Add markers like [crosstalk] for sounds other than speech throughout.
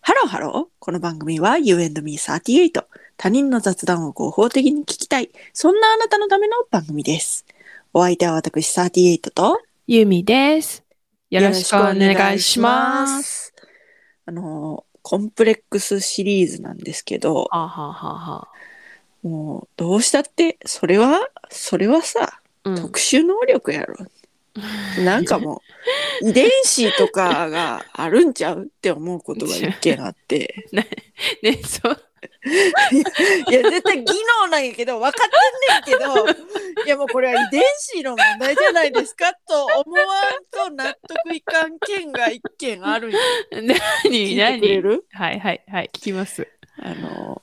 ハロー。この番組は You and me38。他人の雑談を合法的に聞きたい。そんなあなたのための番組です。お相手は私38とゆみです。よろしくお願いします。す。あの、コンプレックスシリーズなんですけど、はあ、はあはあはあ、もうどうしたって、それは、それはさ、うん特殊能力やろ。なんかもう、遺伝子とかがあるんちゃうって思うことが一件あって。ね、そう。いや、絶対技能なんやけど、分かってんねんけど、いやもうこれは遺伝子の問題じゃないですかと思わんと納得いかん件が一件あるんや。聞何いてくれ何るはいはいはい、聞きます。あの、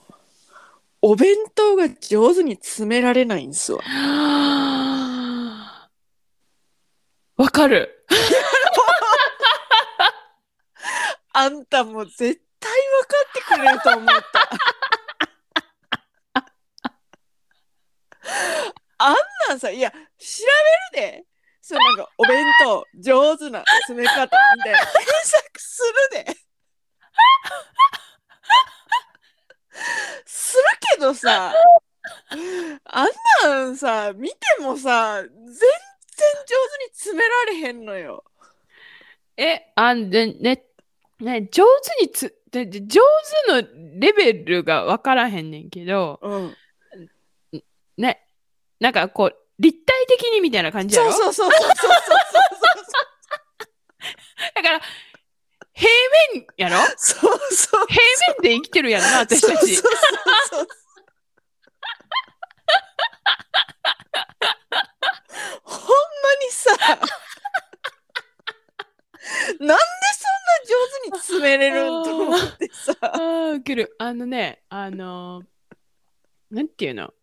お弁当が上手に詰められないんすわ。わかる。あんたも絶対分かってくれると思った。あんなんさ、いや、調べるで。そうなんかお弁当上手な詰め方みたいな検索するで。するけどさ、あんなんさ、見てもさ、全然上手に詰められへんのよ。え、あんで、ね、ね、上手につ、でで上手のレベルがわからへんねんけど、うん。ね、なんかこう、立体的にみたいな感じやそろうそうそうそうそうそうそう。だから、平面 [laughs] やろそうそう。平面で生きてるやんな、私たち。そうそうそうそう。ほんまにさ。なんでそんな上手に詰めれるんと思ってさ。ああ、ウケる。あのね、あのーなんていうの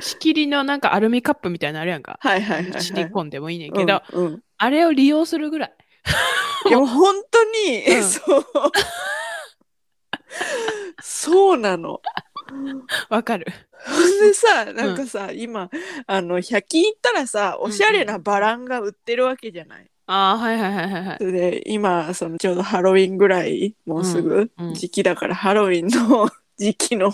し仕切りのなんかアルミカップみたいなのあるやんか。はいはいはい、はい。シリコンでもいいねんけど、うんうんあれを利用するぐらい。いやもう本当に、うんそう。そうなの。わかる。ほんでさなんかさ、今あの100均行ったらさおしゃれなバランが売ってるわけじゃない。ああ、はいはいはいはいはい。それで今そのちょうどハロウィンぐらいもうすぐうんうん時期だからハロウィンの [laughs] 時期 [laughs] の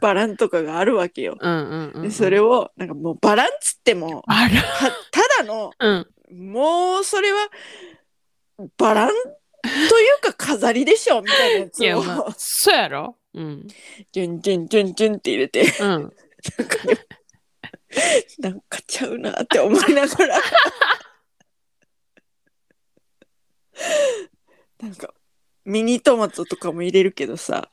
バランとかがあるわけよ。うんうんうん、うでん。それをなんかもうバランつってもあら、たただのうん。もうそれはバランというか飾りでしょみたいなやいつや、をまあ、そうやろうん。ジュンジュンジュンジュンって入れて [laughs] うん。なんかねなんかちゃうなって思いな [laughs] がらなんかミニトマトとかも入れるけどさ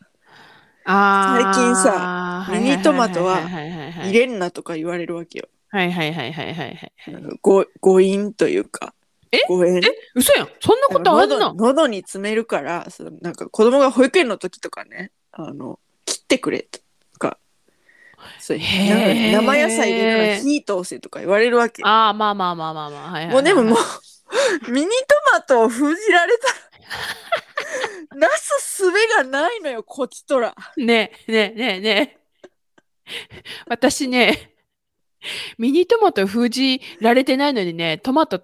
あ最あ。近さはいはいはいはいミニトマトははいはいは入いれんなとか言われるわけよはいはいはいはいはいはい。なんかご誤飲というかえ誤飲嘘やん。そんなことあん喉の喉に詰めるからそのなんか子供が保育園の時とかねあの切ってくれとかそうへーなんか生野菜入れるから火通せとか言われるわけよああ、まあまあまあまあまあ。はいはいはいもうでももう、 [laughs] ミニトマトを封じられたら、 [laughs] なすすべがないのよ、こちとら。ねえねえねえねえ。私ね、ミニトマト封じられてないのにね、トマト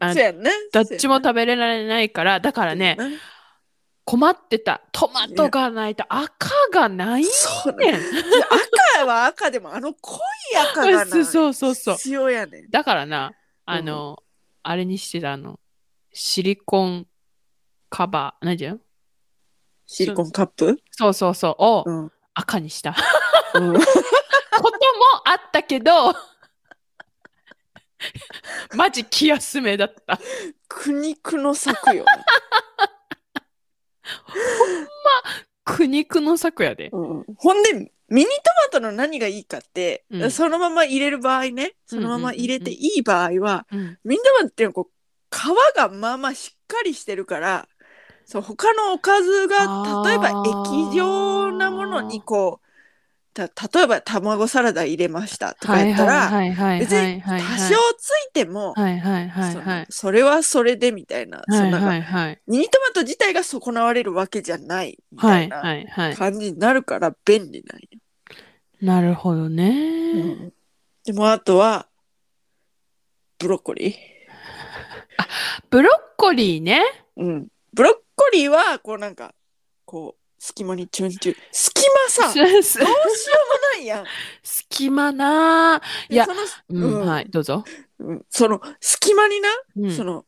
あそうやんね。どっちも食べれられないから、だかべらね、。困ってた。トマトがないと赤がないねそうね。ん。赤は赤でも、あの濃い赤がそうな。そうそうそう。塩やねん。だからな、あの、あれにしてたあの、シリコンカバー、何じゃんシリコンカップそうそうそう、をうん。赤にした。うんこともあったけど、マジ気休めだった。苦肉の策よね。苦肉の策やで。 [laughs] うんほんで、ミニトマトの何がいいかって、うんそのまま入れる場合ね、そのまま入れていい場合は、うん、ミニトマトっていうのはこう皮がまあまあしっかりしてるからそう他のおかずあがー例えば液状なものにこうた例えば卵サラダ入れましたとかやったらはいはいはい別はいにはい多はい少ついてもはいはいはいそのはいそれはそれでみたいなそはのいなんはかいはいミニトマト自体が損なわれるわけじゃないみはたいいなはいはい感じになるから便利なんよ。なるほどね、うんでもあとはブロッコリー。ブロッコリーねうん。ブロッコリーは、こうなんか、こう隙間にチュンチュン隙 [laughs] 間さどうすすしようもないやん隙間なあいやその、ううんん、はい、どうぞ。うんその隙間にな、うん、その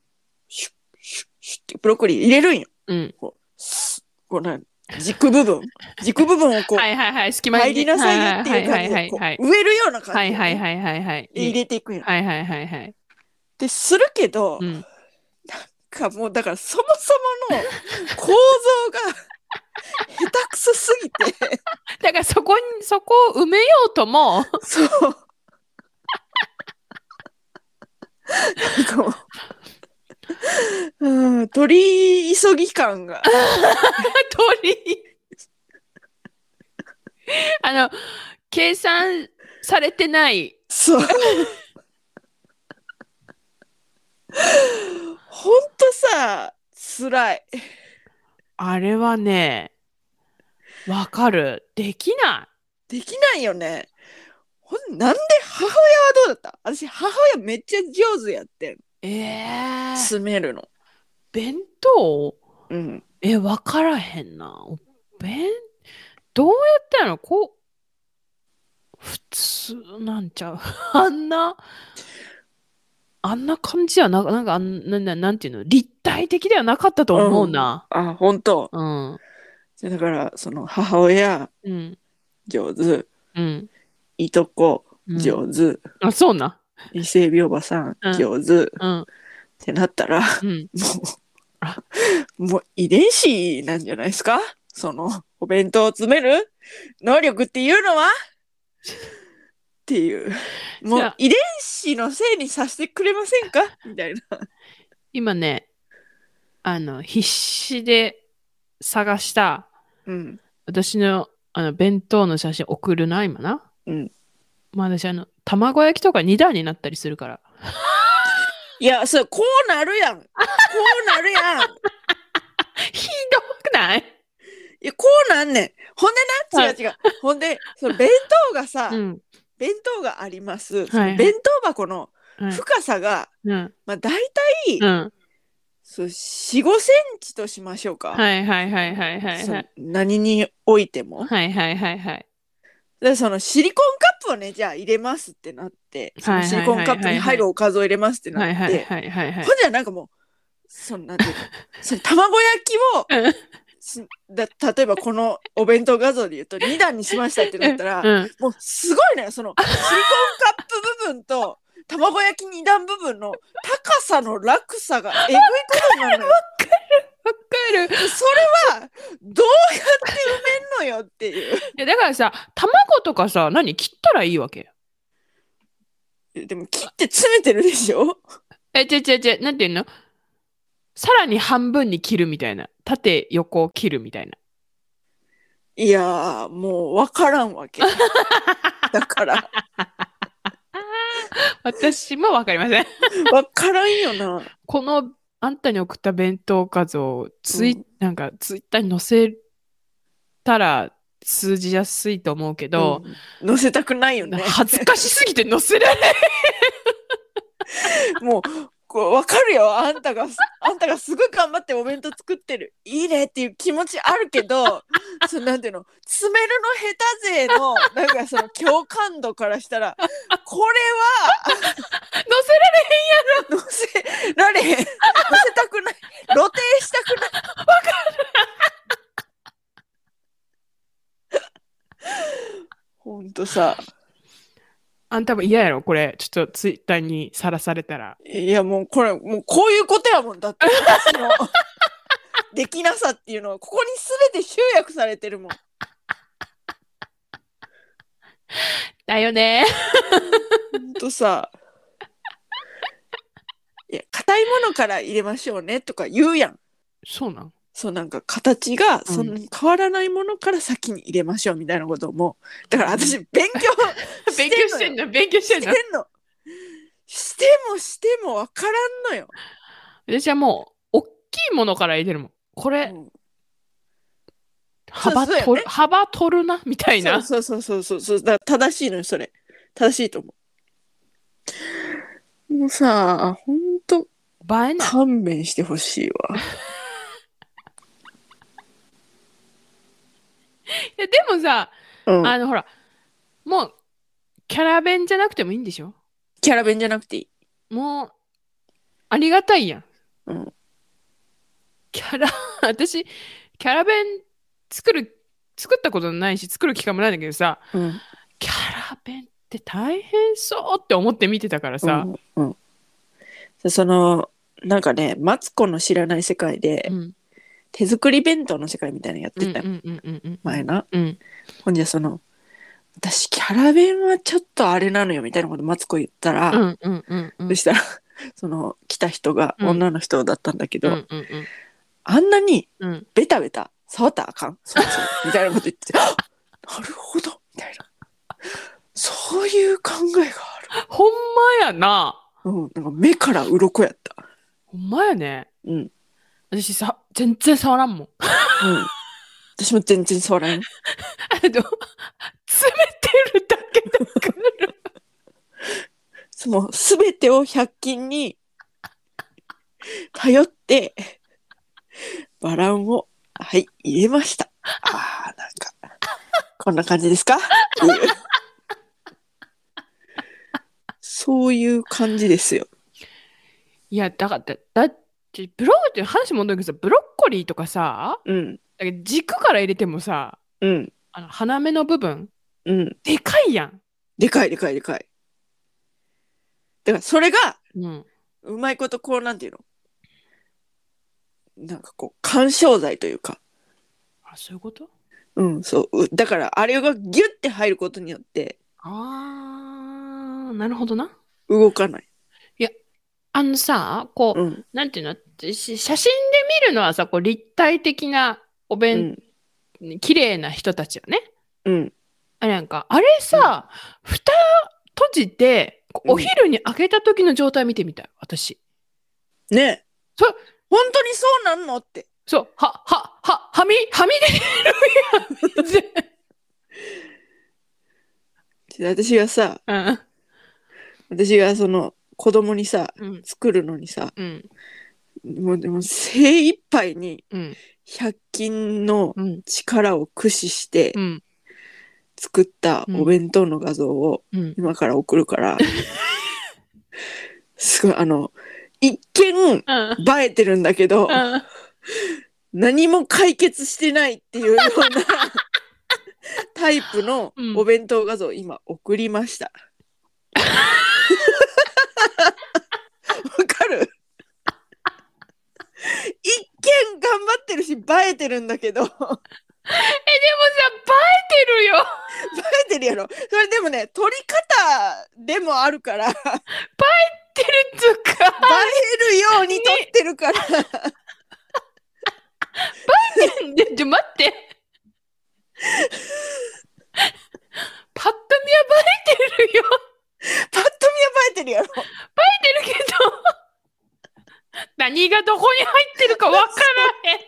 シュッシュッシュッってブロッコリー入れるんようん。スッこうなん軸部分軸部分をこう、はいはいはい、隙間に入りなさいよっていうは感いじはでいこはいう植えるようなは感いじではいはいはいはい。入れていくんよ。はいはいはいはい。ってするけど、うん。かもうだからそもそもの構造が [laughs] 下手くそすぎてだからそこに、そこを埋めようとも、 [laughs] そうなんかもううん取り急ぎ感が鳥。あの、計算されてない。そうほんとさ辛いあれはね、わかる。できなできないよねほんなんで母親はどうだった私母親めっちゃ上手やってんい。えー、詰めるの弁当うんえ、わからへんな。お弁、どうやってやのこう、普通なんちゃう。 [laughs] あんな、あんな感じやな、なんかあんな、ななんていうの、立体的ではなかったと思うな。あ本当うん。じゃだからその母親うん。上手うん。いとこうん上手、あ、そうな。伊勢海老おばさんうん上手、っうん。てなったらもうん。あうもう遺伝子なんじゃないですかそのお弁当を詰める能力っていうのはっていうもじゃうあ遺伝子のせいにさせてくれませんかみたいな今ね、あの、必死で探した、うん私の、あの、弁当の写真送るな、今な。うん。まあ私、あの、卵焼きとか2段になったりするから。いやそうこうなるやんこうなる [laughs] やんひどくないいやこうなんねんほんでな違う違う、ほんでその弁当がさ、うん。弁当があります、いその弁当箱のうん深さが、うん。まあ、大体うん。そう45センチとしましょうか、はいはいはいはいはいそはのい。何においてもはいはいはいはい。でそのシリコンカップをねじゃあ入れますってなってそのはいはいシはいリコンカップに入るおかずを入れますってなっはて、いはいはいはいはいほんじゃなんかもうそのなんていうのその卵焼きをうんすだ例えばこのお弁当画像で言うと2段にしましたってなったら、うん。もうすごいねそのシリコンカップ部分と卵焼き二段部分の高さの落差がえぐいことになるのよわかる。それはどうやって埋めんのよっていういやだからさ、卵とかさ、何切ったらいいわけえでも切って詰めてるでしょえ、ちゃちゃちゃ、なんていうのさらに半分に切るみたいな。縦横を切るみたいな。いやーもう分からんわけだから私もわかりません。分からんよなこのあんたに送った弁当画像ツイ、うんなんかツイッターに載せたら数字やすいと思うけど、うん載せたくない [laughs] よね恥ずかしすぎて載せられないもうこう分かるよあんたがあんたがすごい頑張ってお弁当作ってるいいねっていう気持ちあるけ [laughs] どそのなんていうの詰めるの下手勢のなんかその共感度からしたらこ [laughs] 載せられれは乗せられへん乗せたくない露呈したくない分かるほんとさ [laughs] あんたも嫌やろこれちょっとツイッターにさらされたらいやもうこれもうこういうことやもんだって [laughs] 私のできなさっていうのはここに全て集約されてるもんだよねほんとさいや硬いものから入れましょうねとか言うやんそう [laughs] なんそうなんか形がうんそんなに変わらないものから先に入れましょうみたいなこともだから私勉強 [laughs] 勉強してんのの勉強してしんてのんのしてもしても分からんのよ、私はもう大きいものから入れてるもんこれうん幅そうそう取よる、ね幅取るなみたいなそうそうそうそうそうそうだから正しいのよそれ正しいと思うもうさほんと [laughs] 映えない勘弁してほしいわやでもさ、うんあのほらもうキャラ弁じゃなくてもいいんでしょキャラ弁じゃなくていい。もうありがたいやん、うんキャラ [laughs] 私キャラ弁作る作ったことないし作る機会もないんだけどさうん。キャラ弁って大変そうって思って見てたからさ、うん。うん、その、なんかね、マツコの知らない世界で、うん手作り弁当の世界みたいなのやってた、うんうんうんうん前な。うんほんじゃその、私キャラ弁はちょっとあれなのよみたいなことマツコ言ったら、うんうんうんうんそしたら、その、来た人がうん女の人だったんだけど、うんうんあんなにうんうんベタベタ触ったらあかんそうそうみたいなこと言ってて、あなるほどみたいな。そういう考えがある。ほんまやなうん、なんか目から鱗やった。ほんまやねうん。うん。私さ全然触らんも [laughs] ん私も全然触らんよ。あの詰めてるだけだからその全てを100均に頼ってバランをはい入れましたあーなんかこんな感じですかっていうそういう感じですよいやだからだだってブロッコリー話戻るけどさブロッコリーとかさうんだけど軸から入れてもさうんあの花芽の部分うんでかいやん、でかいでかいでかいだからそれがうん、うまいことこうなんていうのなんかこう緩衝材というかあそういうことうんそううだからあれがギュッて入ることによってあーなるほどな動かない。あのさこう、うん。なんていうの私写真で見るのはさこう立体的なおう弁ん。綺麗な人たちよねうん。あれなんかあれさ、蓋閉じてこううんお昼に開けた時の状態見てみたい私ねえ。そう本当にそうなんのって。そうははははみはみ出てる私がさ、やん私がその子供にさ、うんうん作るのにさ、うんもうでも精一杯にうん100均のうん力を駆使してうん作ったうんお弁当の画像をうん今から送る [laughs] から、すごい、あの、一見映うんえてるんだけど、うん何も解決してないって [laughs] いうようなタイプのお弁当画像を今送りま [laughs] した。わ、かる一見頑張ってるし映えてるんだけど映えでもさ映えてるよえてるやろそれでもね撮り方でもあるから映映えてるつうかえるように撮ってるからで、ちょ、待って。パッと見は映えてるよ。パッと見は映えてるやろ映えてるけど。何がどこに入ってるかわからへん。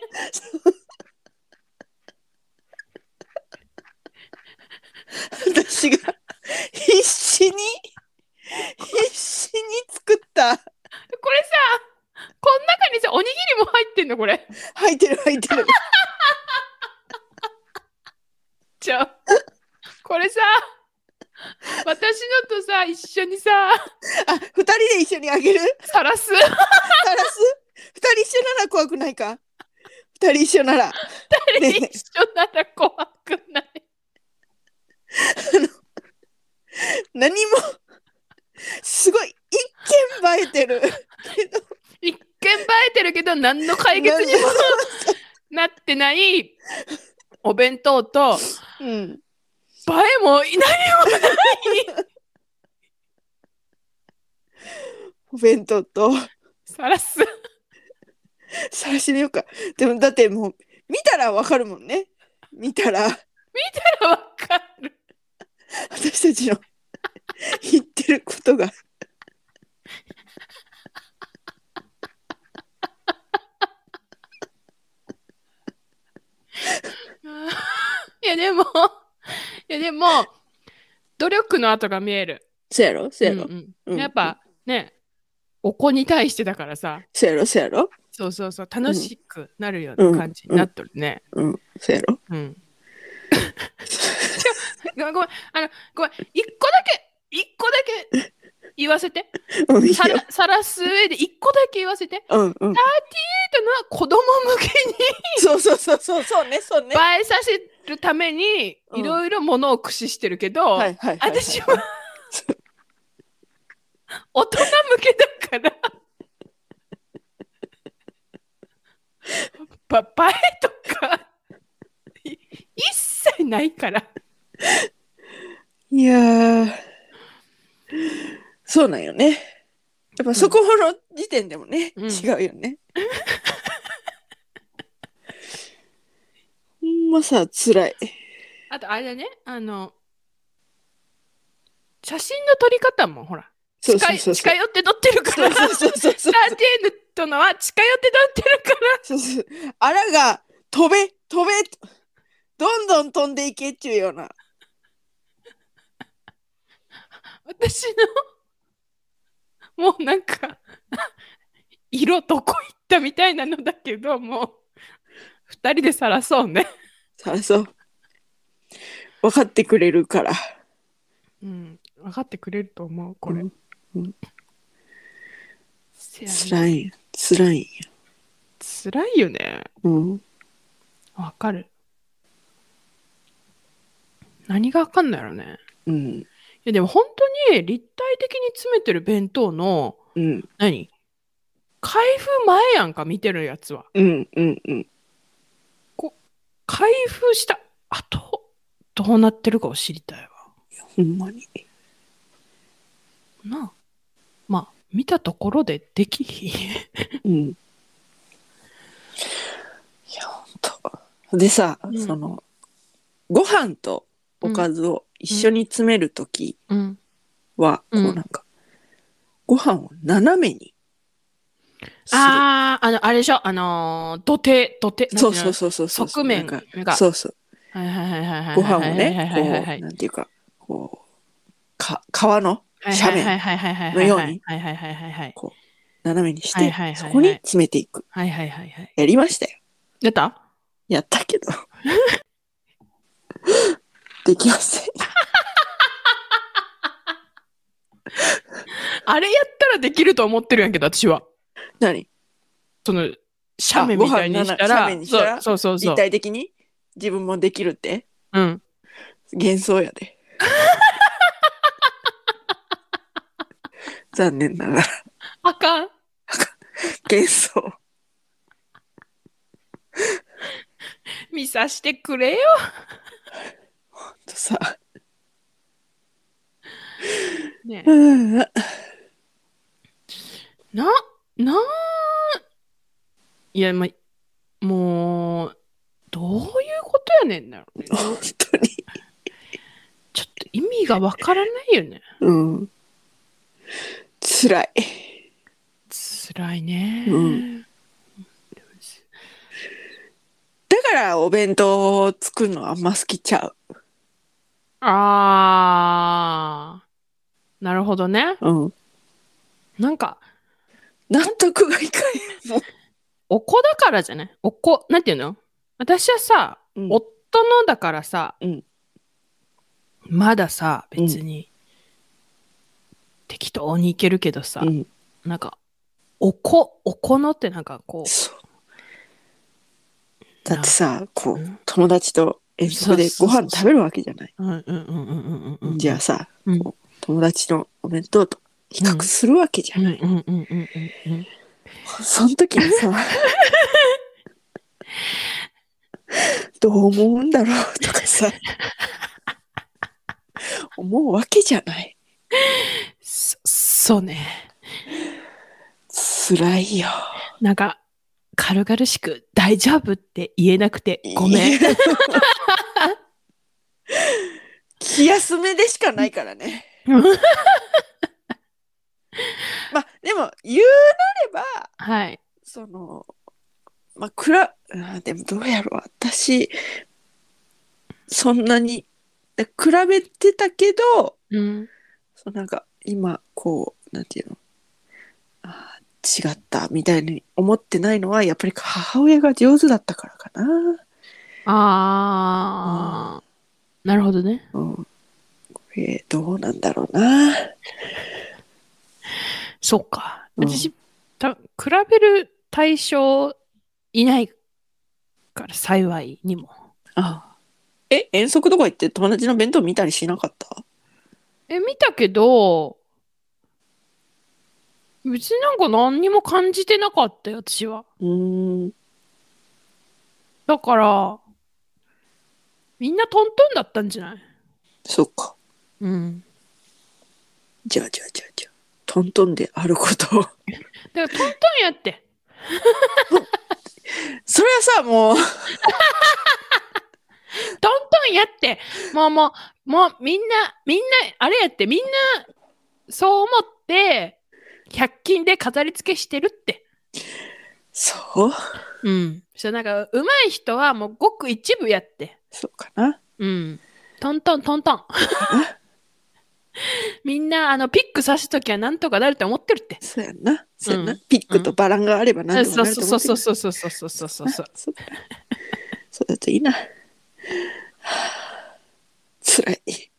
私が必死に必死に作ったこれさ、この中にさ、おにぎりも入ってんの、これ。入ってる入ってるじゃあ、これさ、私のとさ、一緒にさ、あ二人で一緒にあげるさらす。ガラス二人一緒なら怖くないか二人一緒なら一ねえね緒なら怖くない。何もすごい一見映えてる一見映えてるけど、何の解決にもなってないお弁当と、うん映えもいないお弁当とさらす晒しでよかでもだってもう見たらわかるもんね見たららわかる私たちの [laughs] 言ってることがいやでもいやでも努力の跡が見えるそうやろそうやろ、うんうんうんやっぱねお子に対してだからさそうやろそうやろそうそうそう楽しくなるような感じになっとるねうんそうやろうん [laughs] ごめんごめんあのごめん一個だけ一個だけ言わせてうんいいよさらさらす上で一個だけ言わせてうんうんえっとのは子供向けにそうそうそうそうそうねそうね映えさせるためにうんいろいろものを駆使してるけど、はいはいはい私は大人向け [laughs] だからば映えとかい一切ないからいやーそうなんよねやっぱそこの時点でもね、うん違うよね [laughs] ほんまさ辛いあとあれだねあの写真の撮り方もほらそ近うそうそういそう近寄って撮ってるからそうそうそうそうサーティーヌとのは近寄って撮ってるからそうそうあらが飛べ飛べどんどん飛んでいけっちゅうような私のもうなんか色どこ行ったみたいなのだけどもう二人でさらそうね、さあそう分かってくれるからうん、分かってくれると思うこれ、うんうんせやね辛いんよ辛いんよ辛いよねうんわかる何がわかんないやろねうんいやでも本当に立体的に詰めてる弁当のうん何開封前やんか見てるやつはうんうんうん開封した後どうなってるかを知りたいわほんまになあまあ見たところでできひんうんいやほんとでさ、うんそのご飯とおかずを一緒に詰める時うんは、うんこうなんかご飯を斜めにするあああのあれでしょあのー土手土手そうそうそそうそうそう側面なんかがそうそうはいはいはいはいはいご飯をはいはいはいはねこういなんていうかこうか皮の斜は面いはいはいはいのようにはいはいはいはいはい斜めにしはいはいはいてはいそこに詰めていくはいはいはいはいやりましたよやったやったけど [laughs] できませんあれやったらできると思ってるんやけど私は何その斜面みたいにしたあご飯斜らめにしたらそうそうそ立うそう体的に自分もできるってうん幻想や [laughs] で残念ながらあかん幻想見さしてくれよとさ [laughs] ねえうんうんな、なー、いや、ま、もう、どういうことやねんなろうね。本当にちょっと意味がわからないよね。うん辛い辛いね。うんだからお弁当を作るのあんま好きちゃあー、なるほどね。ううんなんか、納得がいかお子だからじゃないお子、なんていうの私はさ、へん、うん、夫のだからさ、うんまださ、別に、適当にいけるけどさ、うんなんか、おこ、おこのってなんかこう、そうだってさこううん友達と遠足でそごうそうそうそう飯食べるわけじゃないうんうんうんうんうんうんうん。じゃあさ、うんこう友達のお弁当と比較するわけじゃうんん、うんうんうんうんうん。その時に [laughs] さどう思うんだろうとかさ思うわけじゃないそ、そうね。辛いよなんか、軽々しく大丈夫って言えなくて [laughs] ごめん。気休めでしかないから [laughs] ねまあでも言うなればはい。そのまあくらあでもどうやろう私そんなに比べてたけどうん。そうなんか今こうなんていうのあー違ったみたいに思ってないのはやっぱり母親が上手だったからかなあなるほどね。うん、これどうなんだろうなそうか。うん私、た比べる対象いないから幸いにも。あえ遠足とか行って友達の弁当見たりしなかったえ、見たけど、別になんか何にも感じてなかったよ、私は。うーんだから、みんなトントンだったんじゃないそっかうん。じゃあじゃあじゃあじゃあトントンであることをだからトントンやって。 [laughs] それはさもうトントンやって。もうもう、もうみんな、みんな、あれやって、みんな、そう思って、100均で飾り付けしてるって。そううん。そう、なんか、うまい人はもうごく一部やって。そうかなうん。トントントントン。みんな、あの、ピック刺すときはなんとかなるって思ってるって。そうやんなそうやんな、うんピックとバランがあれば何でもなそうるとそう思そってうそるうそうそうそうそうそうそう。そうかそうだといいなはあ辛い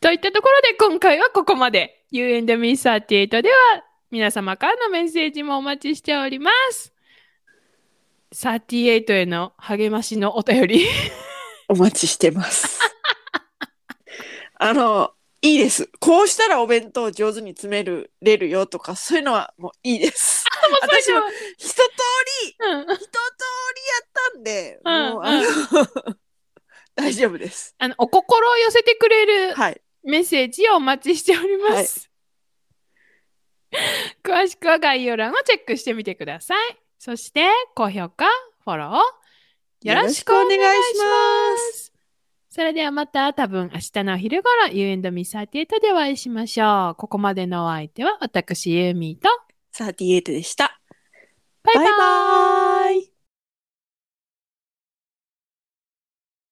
といったところで今回はここまで U&Me38 では皆様からのメッセージもお待ちしております38への励ましのお便りお待ちしてます。あの、いいです。こうしたらお弁当を上手に詰めるれるよとか、そういうのはもういいです。私も一通り、うん一通りやったんで、うんもう、うんあの [laughs] 大丈夫です。あのお心を寄せてくれるはい。メッセージをお待ちしております、詳しくは概要欄をチェックしてみてくださいそして高評価フォローよろしくお願いします。それではまた多分明日のお昼ごろ You and me38 でお会いしましょう。ここまでのお相手は私ユーミーとよろしくお願いします。38でした。バイババイバイーイ